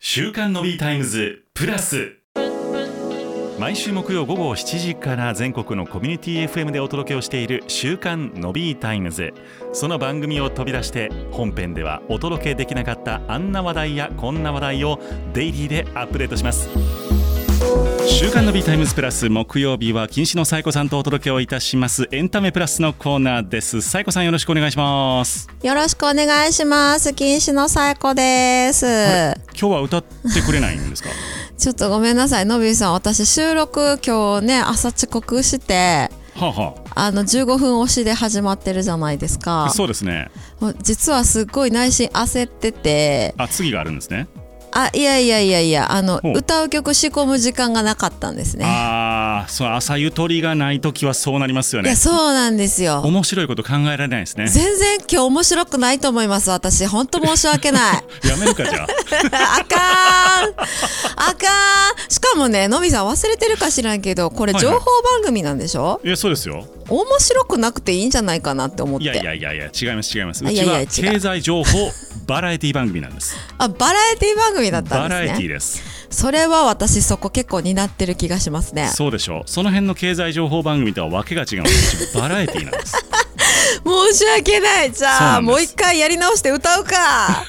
週刊のビータイムズプラス毎週木曜午後7時から全国のコミュニティ FM でお届けをしている週刊のビータイムズその番組を飛び出して本編ではお届けできなかったあんな話題やこんな話題をデイリーでアップデートします週刊の B タイムズプラス木曜日は禁止のサイコさんとお届けをいたしますエンタメプラスのコーナーですサイコさんよろしくお願いしますよろしくお願いします。禁止のサイコです。今日は歌ってくれないんですかちょっとごめんなさい、のびさん。私、収録今日ね、朝遅刻して、はあ、はあの、15分押しで始まってるじゃないですあ、か。そうですねもう実はすっごい内心焦ってて、あ次があるんですねあ、いやいやいやいや、あのほう、歌う曲仕込む時間がなかったんですね。ああ、その朝ゆとりがないときはそうなりますよいや、ね。そうなんですよ。面白いこと考えられないですね。全然今日面白くないと思います、私。本当申し訳ない。やめるかじ ゃあ。あかんあかんしかもねのみさん忘れてるか知らんけどこれはいは情い報番組なんでしょ、いやそうですよ。面白くなくていいんじゃないかなって思っいてやいやいやいや違います違います。うあいちやいやは経済情報バラエティ番組なんです。あバラエティ番組 だったバんラエでテすィねです。それは私そこ結構担ってる気がしますねそうでしょう。その辺の経済情報番組とはわけが違うんです。うちバラエティなん です。申し訳ないじゃあそうなんですもう一回やり直して歌 うか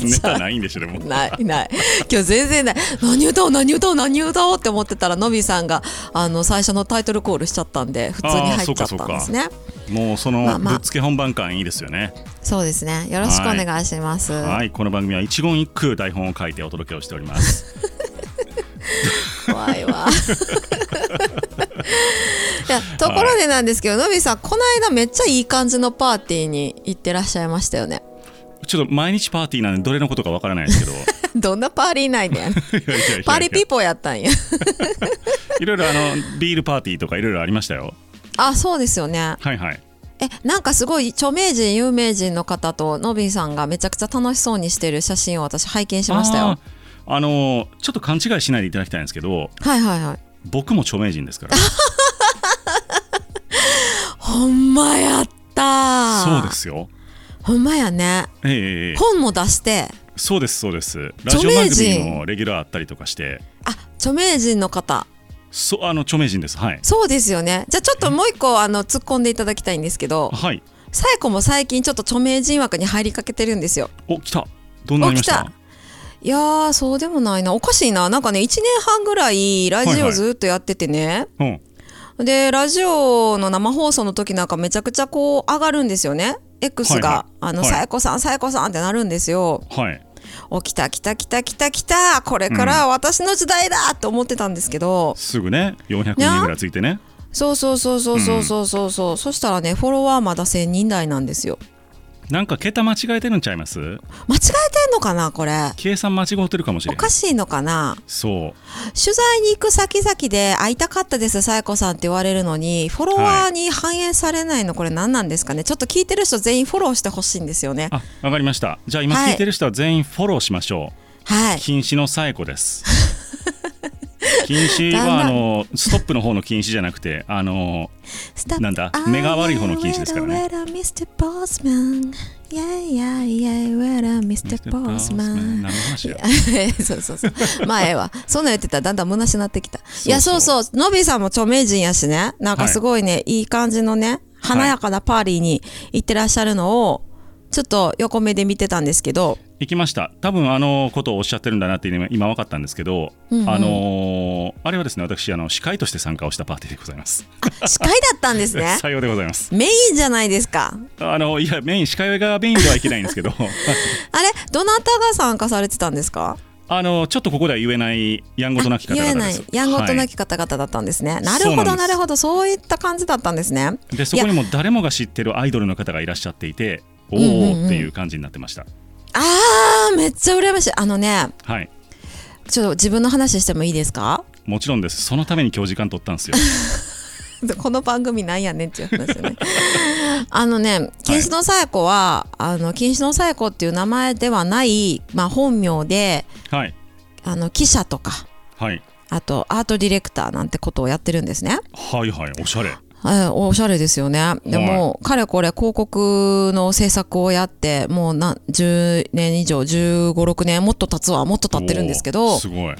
ネタないんでしょでも。ないない今日全然ない何歌おう何歌おう何歌おうって思ってたらのびさんがあの最初のタイトルコールしちゃったんで普通に入っちゃったんですねもうそまあのまあぶっつけ本番感いいですよね。そうですねよろしくお願いします、はいこの番組は一言一句台本を書いてお届けをしております。怖 いわいやところでなんですけど、のびさんこの間めっちゃいい感じのパーティーに行ってらっしゃいましたよね ちょっと毎日パーティーなんでどれのことかわからないですけど。どんなパーリーないね んいやいやいやいやパーリーピーポーやったんやいろいろあのビールパーティーとかいろいろありましたよ。あそうですよねはいはい。えなんかすごい著名人有名人の方とのびさんがめちゃくちゃ楽しそうにしてる写真を私拝見しましたよあー。あのーちょっと勘違いしないでいただきたいんですけど、はいはいはい僕も著名人ですから。ほんまやったそうですよ。ほんまやねええええ本も出してそうですそうです。ラジ著オ番名人組のレギュラーあったりとかして、あ著名人の方そあの著名人です。はい。そうですよね。じゃあちょっともう一個あの突っ込んでいただきたいんですけど、はい。サイコも最近ちょっと著名人枠に入りかけてるんですよ。お来た。どうなりましたお来。いやーそうでもないなおかしいななんかね1年半ぐらいラはいジはオいずっとやっててね、うん。でラジオの生放送の時なんかめちゃくちゃこう上がるんですよね X が、はいはいあの、はいサイコさんサイコさんってなるんですよはい。お来た来た来た来た来たこれから私の時代だと思ってたんですけど、すぐね、400人ぐらいついてね。そうそうそうそうそうそうそうそう、そしたらねフォロワーまだ1000人台なんですよなんか桁間違えてるんちゃいます？間違えてんのかなこれ計算間違ってるかもしおれなかい。しいのかなそう。取材に行く先々で会いたかったです、さえこさんって言われるのに、フォロワーに反映されないの、これ何なんですかね。ちょっと聞いてる人全員フォローしてほしいんですよね。あ、わかりました。じゃあ今はい聞いてる人は全員フォローしましょう。はい。禁止の最古です。 禁止はだんだあんのストップの方の禁止じゃなくてあのなんだ目が悪い方の禁止ですからね Where are Mr. Postman? Yeah, yeah, yeah, where are Mr. 何 Postman? の話や そうそうそう。まあええわ。そんなん言ってたらだんだん虚しなってきた。そういや、そうそう。のびさんも著名人やしね。なんかすごいね、い、い感じのね、華やかなパーリーに行ってらっしゃるのを、ちょっと横目で見てたんですけど、行きました多分あのことをおっしゃってるんだなっていうのが今分かったんですけど、うんうんあのあれはですね私あの司会として参加をしたパーティーでございます。あ、司会だったんです ね採用でございますメインじゃないですか。あのいやメイン司会がメインではいけないんですけど あれ、どなたが参加されてたんですかあのちょっとここでは言えないやんごとなき方言え々でなすい。やんごとはないき方々だったんですね。なるそうなほんでど、すなるほど。そういった感じだったんですね。でそこにも誰もが知ってるアイドルの方がいらっしゃっていておおーっていう感じになってました、あー、めっちゃ羨ましい。あのね、はいちょっと自分の話してもいいですかもちろんです。そのために今日時間取ったん ですよ。この番組なんやねんっていう話よね。 あのね、禁止のさやこは、あの禁止のさやこっていう名前ではない、まあ、本名で、はい。あの記者とか、はい。あとアートディレクターなんてことをやってるんですね。はいはい。おしゃれ。えーおしゃれですよね。でも、かれこれ広告の制作をやって、もうな10年以上、15、6年、もっと経つわ、もっと経ってるんですけおどー、すごいはい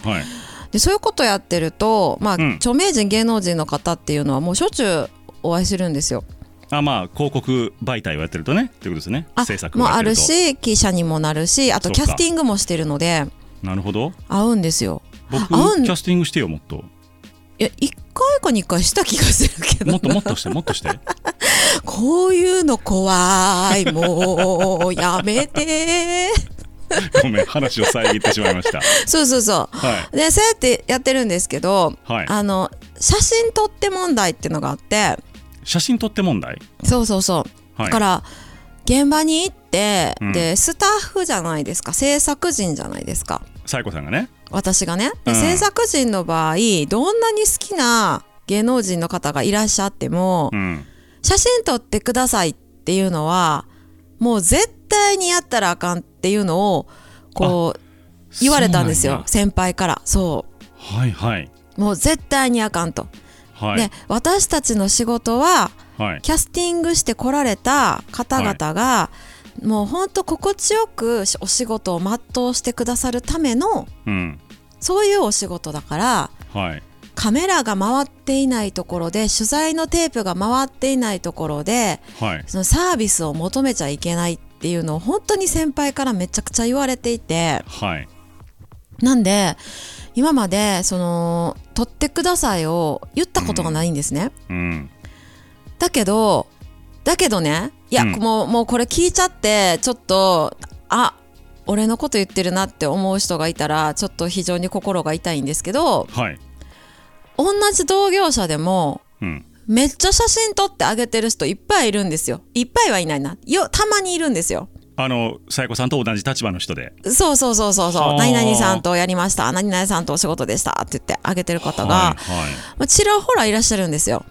でそういうことやってると、まあうん著名人、芸能人の方っていうのは、もうしょっちゅうお会いするんですよ。あまあ広告媒体をやってるとねということですねあ制作をもやっあてるるとし、記者にもなるし、あそとうかキャスティングもしてるので、なるほど会うんですよ。僕合うんキャスティングしてよもっといや、1回か2回した気がするけど、もっともっとしてもっとして こういうの怖い、もう、やめて。ごめん話を遮ってしまいましたそうそうそう。はいでそうやってやってるんですけど、はいあの写真撮って問題っていうのがあって写真撮って問題そうそうそう、はいだから現場に行って、うんでスタッフじゃないですか制作人じゃないですかサイコさんがね私がねで、うん制作人の場合どんなに好きな芸能人の方がいらっしゃっても、うん写真撮ってくださいっていうのはもう絶対にやったらあかんっていうのをこう言われたんですよ先輩からそそうなんやはいはいうもう絶対にあかんと。はい、で私たちの仕事ははいキャスティングして来られた方々が、もうほんと心地よくお仕事を全うしてくださるためのうんそういうお仕事だからはいカメラが回っていないところで取材のテープが回っていないところではいそのサービスを求めちゃいけないっていうのを本当に先輩からめちゃくちゃ言われていてはいなんで今までその「撮ってください」を言ったことがないんですね。うんだけどだけどねいや、うんもうもうこれ聞いちゃってちょっとあ俺のこと言ってるなって思う人がいたらちょっと非常に心が痛いんですけどはい同じ同業者でもうんめっちゃ写真撮ってあげてる人いっぱいいるんですよいっぱいはいないなよたまにいるんですよあのサイコさんと同じ立場の人でそうそうそうそうはそあう何々さんとやりました何々さんとお仕事でしたって言ってあげてる方が、はいはまあちらほらいらっしゃるんですよ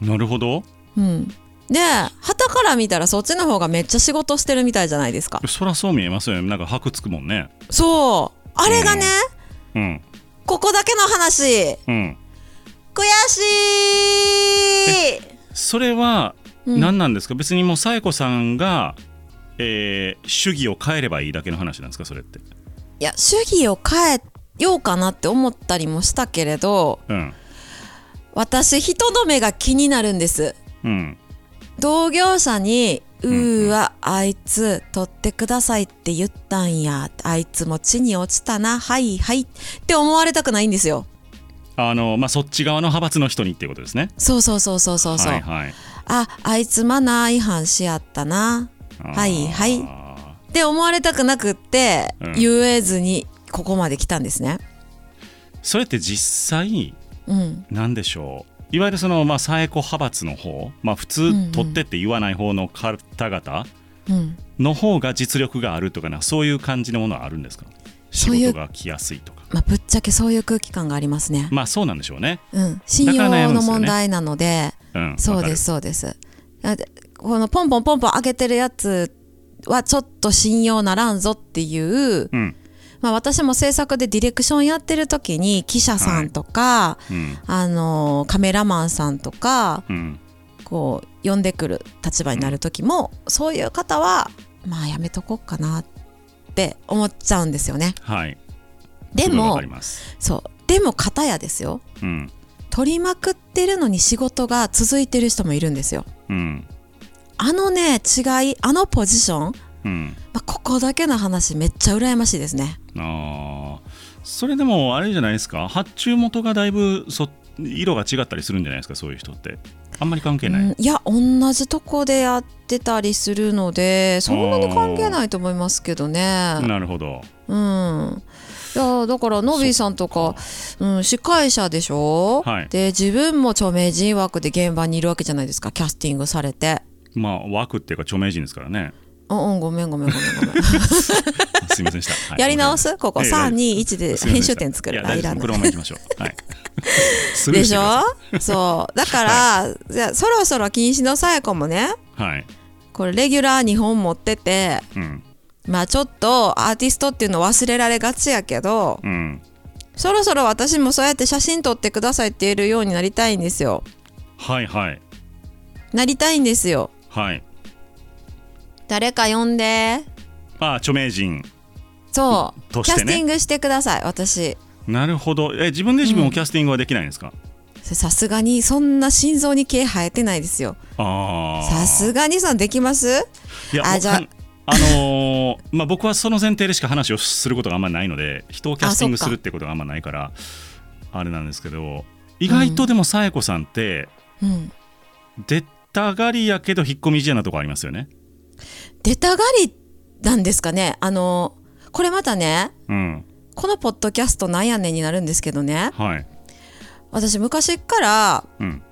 い、なるほどうんで旗から見たらそっちの方がめっちゃ仕事してるみたいじゃないですかそらそう見えますよねなんか箔つくもんねそうあれがね、うんここだけの話うん悔 しいそれはうん何なんですか、別にもうサエコさんが、えー主義を変えればいいだけの話なんですかそれっていや主義を変えようかなって思ったりもしたけれどうん私人の目が気になるんですうん同業者に「ううんーわ、あいつ取ってください」って言ったんやあいつも地に落ちたなはいはいって思われたくないんですよあのまあそっち側の派閥の人にっていうことですねそうそうそうそうそうそう、はいはいああいつマナー違反しやったなあーはいはって思われたくなくって、うん言えずにここまで来たんですね。それって実際うん、なんでしょういわゆるその、まあ、サエコ派閥の方、まあ、普んう通ん取ってって言わない方の方々うん、の方が実力があるとかなそういう感じのものはあるんですか仕そういう事が来やすいとかまあぶっちゃけそういう空気感がありますね。まあそうなんでしょうねうん、信だ用から悩むんでのすよね問題なので、うんそうですそうです。だってこのポンポンポンポン上げてるやつはちょっと信用ならんぞっていう、うんまあ私も制作でディレクションやってる時に記者さんとか、うんあのカメラマンさんとかうんこう呼んでくる立場になる時も、そういう方はまあやめとこうかなって思っちゃうんですよねはいですごいわもかりますそうでも片やですようん取りまくってるのに仕事が続いてる人もいるんですようんあのね違いあのポジション、まうんあ、ここだけの話めっちゃ羨ましいですねあーそれでもあれじゃないですか発注元がだいぶそ色が違ったりするんじゃないですかそういう人ってあんまり関係ない、うんいや同じとこでやってたりするのでそんなに関係ないと思いますけどねなるほどうん、いやだからノビーさんとかうん、司会者でしょ、はいで自分も著名人枠で現場にいるわけじゃないですかキャスティングされて。まあ枠っていうか著名人ですからねうんうん、ごめんごめんごめん ごめんすいませんで した、はいやり直すここええ大丈夫321ですいません編した集点作るいや大丈夫あいらないこのまま行きましょう はいスルーでてしくょださそうだから、じゃあそろそろ禁止のさやこもねいはいこれレギュラー2本持っててうんまあちょっとアーティストっていうの忘れられがちやけどうんそろそろ私もそうやって写真撮ってくださいって言えるようになりたいんですよ。はいはいなりたいんですよはい誰か呼んであ著名人そう、とキしャてスねティングしてください私なるほどえ自分で自分をキャスティングはできないんですか、さすがにそんな心臓に毛生えてないですよああさすがにさんできますいやあ僕じゃああのー まあ、僕はその前提でしか話をすることがあんまりないので人をキャスティングするってことがあんまないからあれなんですけど意外とでもさえこさんってうん出たがりやけど引っ込み思案なとこありますよね。出たがりなんですかねあのこれまたねうんこのポッドキャストなんやねんになるんですけどねはい私昔っからうん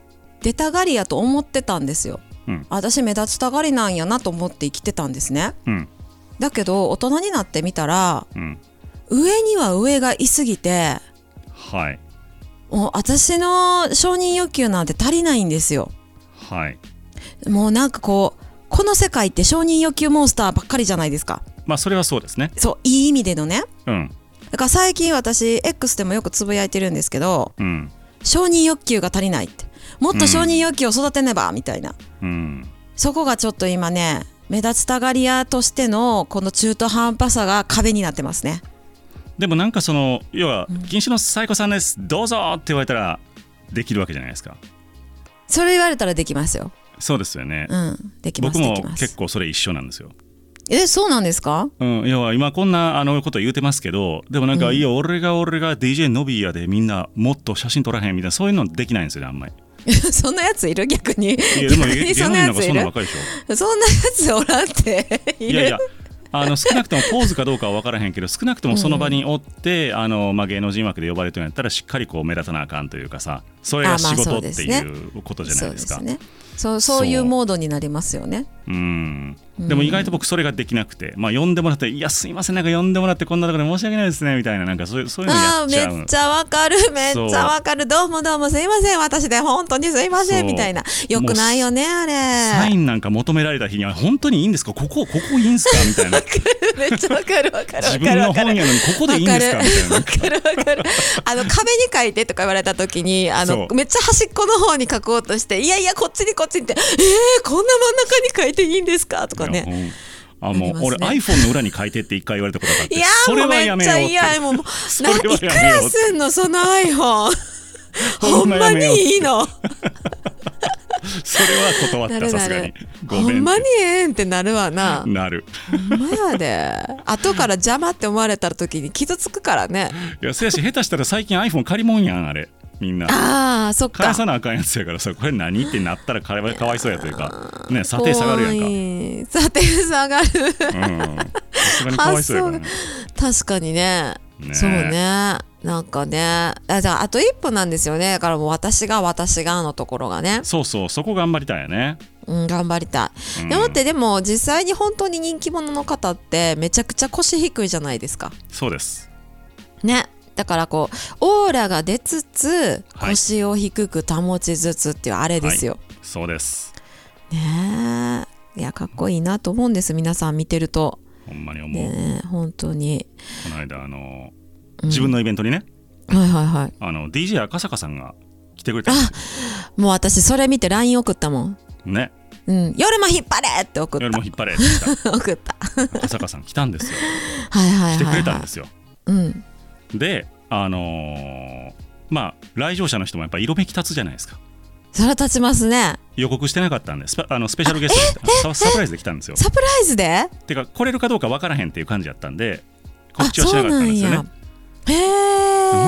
出たがりやと思ってたんですようん私目立ちたがりなんやなと思って生きてたんですねうんだけど大人になってみたらうん上には上がいすぎてはいもう私の承認欲求なんて足りないんですよはいもうなんかこうこの世界って承認欲求モンスターばっかりじゃないですかまあそれはそうですね。そういい意味でのねうんだから最近私 X でもよくつぶやいてるんですけどうん承認欲求が足りないってもっと承認欲求を育てねばみたいな、うんそこがちょっと今ね目立ちたがり屋としてのこの中途半端さが壁になってますねでもなんかその要は「禁止のさえこさんですどうぞ!」って言われたらできるわけじゃないですか。それ言われたらできますよそうですよね。うんできま僕すでもきま結す構それ一緒なんですよ。えそうなんですか うん、要は今こんなあのこと言うてますけどでもなんか、いや俺が俺が DJ のびやでみんなもっと写真撮らへんみたいなそういうのできないんですよねあんまり。そんなやついる逆にいやでも 逆芸に芸そん能な人なんかやつそいんなるんばっかりでしそんなやつおらんってょ。 いるいやいやあの少なくともポーズかどうかは分からへんけど少なくともその場におって、あのまあ、芸能人枠で呼ばれてるんやったらしっかりこう目立たなあかんというかさそれが仕あまあ事そっうでてすいねうことじゃないですか。そうですねそうそういそううモードになりますよねうんでも意外と僕それができなくて、まあ、呼んでもらって「いやすいませんなんか呼んでもらってこんなところで申し訳ないですね」みたいななんかそういうそういうのやあっーちゃうめっちゃわかるめっちゃわかるどうもどうもすいません私で本当にすいませんそうみたいなよくないよねあサイれンなんか求められた日には本当にいいんですかここここいいんですかみたいな めっちゃわかるわか自るわか分るのわか本るやのにここでいいんですかみたいなわかるわかるあの壁に書いてとか言われた時にあのそうめっちゃ端っこの方に書こうとしていやいやこっちにこっちにってえー、こんな真ん中に書いていいんですかとかねいやほんあもうありますね俺 iPhone の裏に書いてって一回言われたことがあっていやそーれもうはめやっめちようゃって嫌いもうれなはやめよういくらすんのその iPhone ほほんんままやめようにいいのそれは断なったるさなすがにるごほめんんまっにええんってなるわなてなるほんまやで後から邪魔って思われた時に傷つくからねいやせやし下手したら最近 iPhone 借りもんやんあれみんなああそっか返さなあかんやつやからさこれ何ってなったらかわかわいそうやというかね査定下がるやんかんか査定下がるうんさすがにかわいそうやからね確かにねねえそうねなんかねあじゃああと一歩なんですよねだからもう私が私がのところがね、そうそうそこ頑張りたいよねうん、頑張りたい、でもってでも実際に本当に人気者の方ってめちゃくちゃ腰低いじゃないですかそうですねだからこうオーラが出つつはい腰を低く保ちつつっていうあれですよ、そうですねえいやかっこいいなと思うんです皆さん見てるとほんまに思う、ねえ本当にこの間あの自分のイベントにね、はいはいはいあの DJ 赤坂さんが来てくれたんですもう私それ見て LINE 送ったもんよねうん、夜も引っ張れって送夜っも引っ張れって言った 送ったはいた赤坂さん来たんですよはい来てくはい、れたんはですよい、うんであのーまあ来場者の人もやっぱ色めき立つじゃないですかそれ立ちますね予告してなかったんでスパあのスペシャルゲストでササプライズで来たんですよサプライズでてか来れるかどうかわからへんっていう感じやったんで告あ知はしそなうかったなんんですよねやへ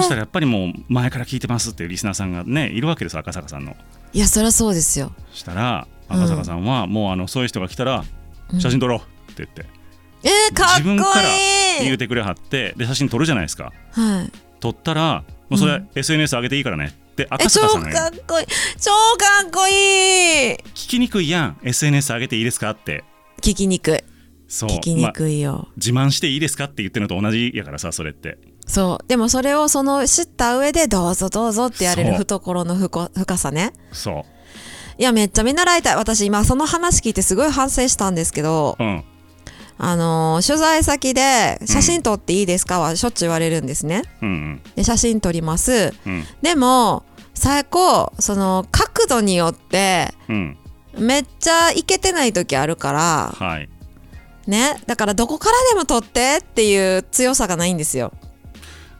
そしたらえやっぱりもう前から聞いてますっていうリスナーさんがねいるわけですよ赤坂さんのいやそりゃそうですよそしたら赤坂さんはもうあのそういう人が来たら写真撮ろうって言ってえー、かっ自こ分いいから言うてくれはってで写真撮るじゃないですかはい撮ったらもうそれ、うん SNS 上げていいからねってえ赤超坂さんがかっこいい超かっこいい聞きにくいやん SNS 上げていいですかって聞きにくいそう聞きまにあくいよ、自慢していいですかって言ってるのと同じやからさそれってそうでもそれをその知った上でどうぞどうぞってやれるそう懐のふこ深さねそいやめっちゃ見習いたい私今その話聞いてすごい反省したんですけどううんあのー取材先で「写真撮っていいですか?」はしょっちゅう言われるんですねうんで写真撮りますうんでも最高その角度によってうんうんうめっちゃいけてない時あるからはいねだからどこからでも取ってっていう強さがないんですよ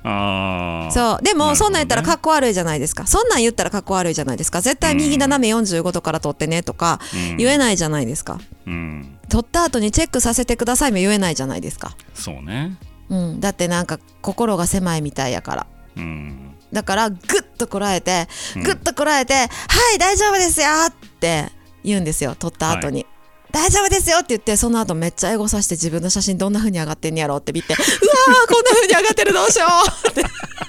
ああそうでなるほどねもそんなん言ったらかっこ悪いじゃないですかそんなん言ったらかっこ悪いじゃないですか絶対右斜め45度から取ってねとかうん言えないじゃないですかうん取った後にチェックさせてくださいも言えないじゃないですかそうねうんだってなんか心が狭いみたいやからうんだからグッとこらえてうんグッとこらえて「はい大丈夫ですよ」って言うんですよ撮った後に。大丈夫ですよって言ってその後めっちゃエゴさして自分の写真どんな風に上がってんやろうって見てうわーこんな風に上がってるどうしよ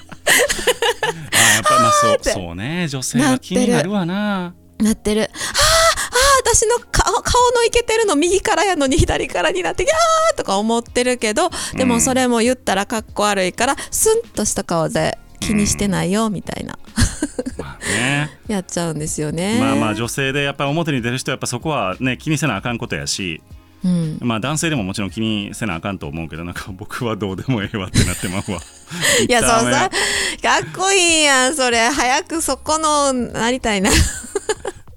あーやっぱりまあそうってそうね女性は気になるわな うなってるあーあー私の顔顔のイケてるの右からやのに左からになってギャーとか思ってるけどでうもんそれも言ったらかっこ悪いからスンとした顔で気にしてないよみたいなまあねやっちゃうんですよね。まあまあ女性でやっぱり表に出る人はやっぱそこはね気にせなあかんことやしうんまあ男性でももちろん気にせなあかんと思うけどなんか僕はどうでもええわってなってま うわいや、ダそうメさ、かっこいいやん、それ。早くそこの、なり たいな。い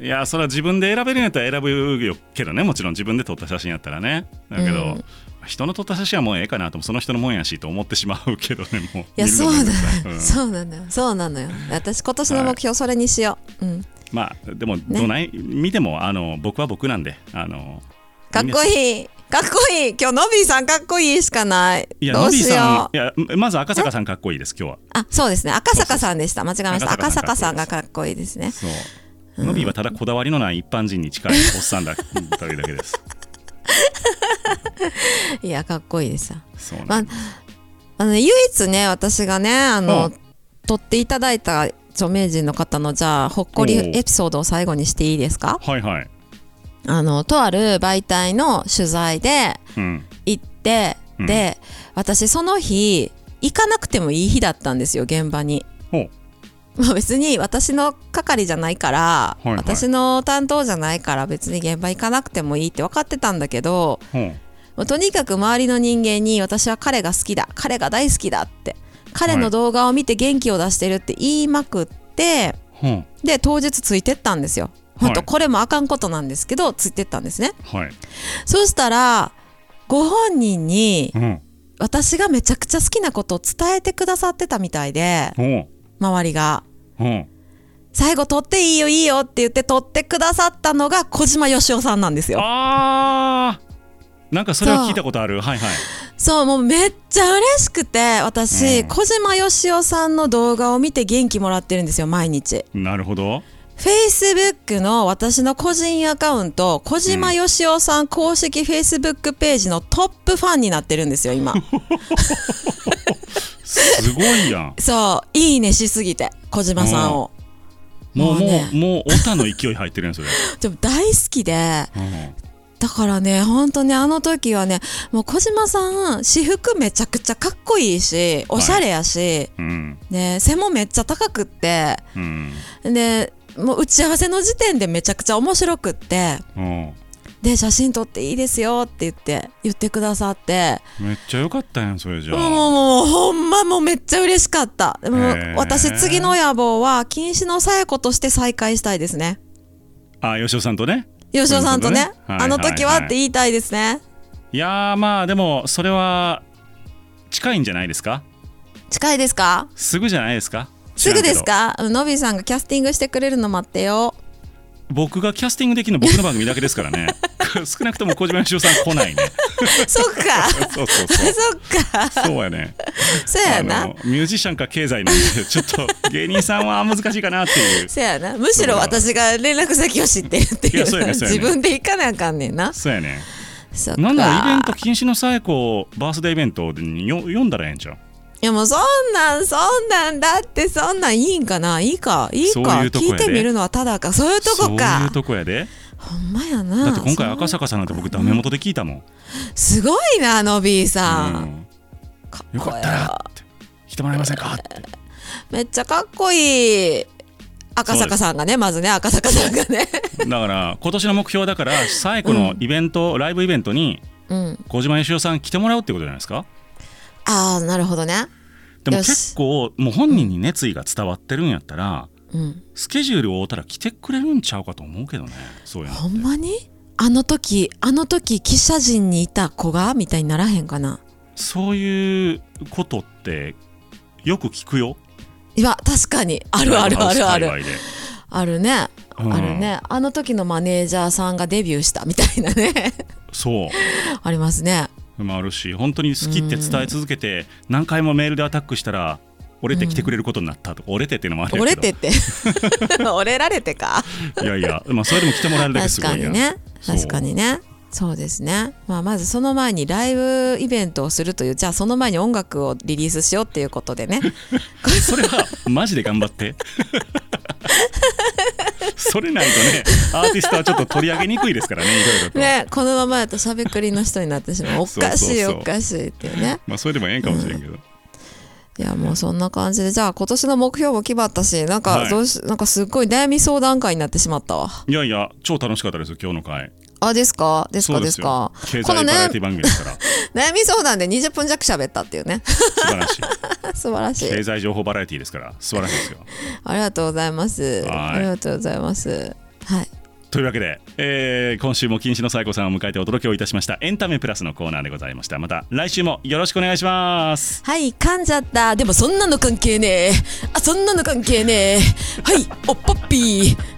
やそれは自分で選べるんやったら選ぶよけどねもちろん自分で撮った写真やったらねだけど、うん人の撮った写真はもうええかなともその人のもんやしと思ってしまうけどねもういや、見るそのうめなんどだくさいよ。うんそうなのよ。そうなのよ。私、今年の目標、それにしよう。うん。まあでもどない、見てもあの僕は僕なんであのかっこいいい。かっこいい。今日、のびーさん、かっこいいしかない。いやどのうびしさよんう。いやまず赤坂さんかっこいいです今日はあ、そうですね。赤坂さんでした。間違えました。赤赤坂坂ささんんががかっこいいですね。そう。ノビーはただこだわりのない一般人に近いおっさんだというだけ です。いや、かっこいいです。そうなまあんです、、あのね唯一ね私がねあうのん撮っていただいた著名人の方のじゃあほっこりおうエピソードを最後にしていいですかはいはい。あのとある媒体の取材でうん。行って、うんで私その日行かなくてもいい日だったんですよ現場に。 ほう。まあ、別に私の係じゃないから、いはい私の担当じゃないから別に現場行かなくてもいいって分かってたんだけどほう。もうとにかく周りの人間に私は彼が好きだ彼が大好きだって彼はいの動画を見て元気を出してるって言いまくって、ほう。で当日ついてったんですよ。本は当いこれもあかんことなんですけどついてったんですね。はい。そうしたらご本人にうん。私がめちゃくちゃ好きなことを伝えてくださってたみたいでほう。周りがほう。最後取っていいよいいよって言って取ってくださったのが小島よしおさんなんですよあーなんかそれは聞いたことある。はいはい。そうもうめっちゃ嬉しくて私、うん小島よしおさんの動画を見て元気もらってるんですよ毎日なるほど。 Facebook の私の個人アカウント小島よしおさん公式 Facebook ページのトップファンになってるんです よ今すごいやん。そういいねしすぎて小島さんをもうもうねもうもうオタの勢い入ってるやんそれ。でも大好きでうんだからね本当ねあの時はねもう小島さん私服めちゃくちゃかっこいいしおしゃれやし、うん。ね、背もめっちゃ高くってうん。でもう打ち合わせの時点でめちゃくちゃ面白くってうん。で写真撮っていいですよって言って言ってくださってめっちゃ良かったやんそれじゃもうあ。もうもうほんまもうめっちゃ嬉しかったでもへー私次の野望は禁止のさや子として再会したいですねあ吉尾さんとね。吉尾さんとそういねうことねはいあの時ははいっはいて言いたいですねいやーまあでもそれは近いんじゃないですか。近いですかすぐじゃないですかすぐです知らんけかうんのびさんがキャスティングしてくれるの待っ てよど僕がキャスティングできるの僕の番組だけですからね少なくとも小島よしおさん来ないねそっかそうそう そそっうかそうやねそうやあなのミュージシャンか経済なんでちょっと芸人さんは難しいかなっていうそうやなむしろ私が連絡先を知ってるっていいやうそうやねそうやね自分で行かなあかんねんなそうやねそっかなんだろうイベント禁止の最高バースデーイベントによ読んだらええんちゃういやもうそんなんそんなんだってそんなんいいんかないいかいいそかういうとこやで聞いてみるのはただかそういうとこかそういうとこやでほんまやなだって今回赤そう坂さんなんて僕ダメ元で聞いたもん、すごいなのびーさ、うんんかよこかっええたらって来てもらえませんかってめっちゃかっこいい赤坂さんがねまずね赤坂さんがねだから今年の目標だから最後のイベント、ライブイベントにうん小島よしおさん来てもらうってことじゃないですかああなるほどねでもよし結構もう本人に熱意が伝わってるんやったら、うん、スケジュールを追ったら来てくれるんちゃうかと思うけどねそういうのってほんまにあの時あの時記者陣にいた子がみたいにならへんかなそういうことってよく聞くよいや確かにあるあるあるラあるイブハウス界隈であるね、うんあるねあの時のマネージャーさんがデビューしたみたいなね そうありますねもあるし本当に好きって伝え続けて何回もメールでアタックしたら折れて来てくれることになったとか折れてっていうのもあるけど折れてって 折れられてかいやいや、まあ、それでも来てもらえるだけす確ごいかやんにねそう確かにねそうですね、まあ、まずその前にライブイベントをするというじゃあその前に音楽をリリースしようっていうこ とでねそれはマジで頑張って それないとねアーティストはちょっと取り上げにくいですからねいろいろと、ねこのままだとしゃべくりの人になってしまうおかしいそうそうそうおかしいっていうねまあそれでもええんかもしれんけど、いやもうそんな感じでじゃあ今年の目標も決まったしなんはかいどうし、なんかすっごい悩み相談会になってしまったわいやいや超楽しかったですよ今日の回あですかですそかうでですすよか経この済バねラエティ番組ですから悩み相談で20分弱喋ったっていうね 素晴らしい素晴らしい経済情報バラエティですから素晴らしいですよありがとうございますはいありがとうございますはいというわけで、えー今週も禁止の最古さんを迎えてお届けをいたしましたエンタメプラスのコーナーでございましたまた来週もよろしくお願いしますはい、噛んじゃった。でもそんなの関係ねえ。あ、そんなの関係ねえ。はい、おっぱっぴー。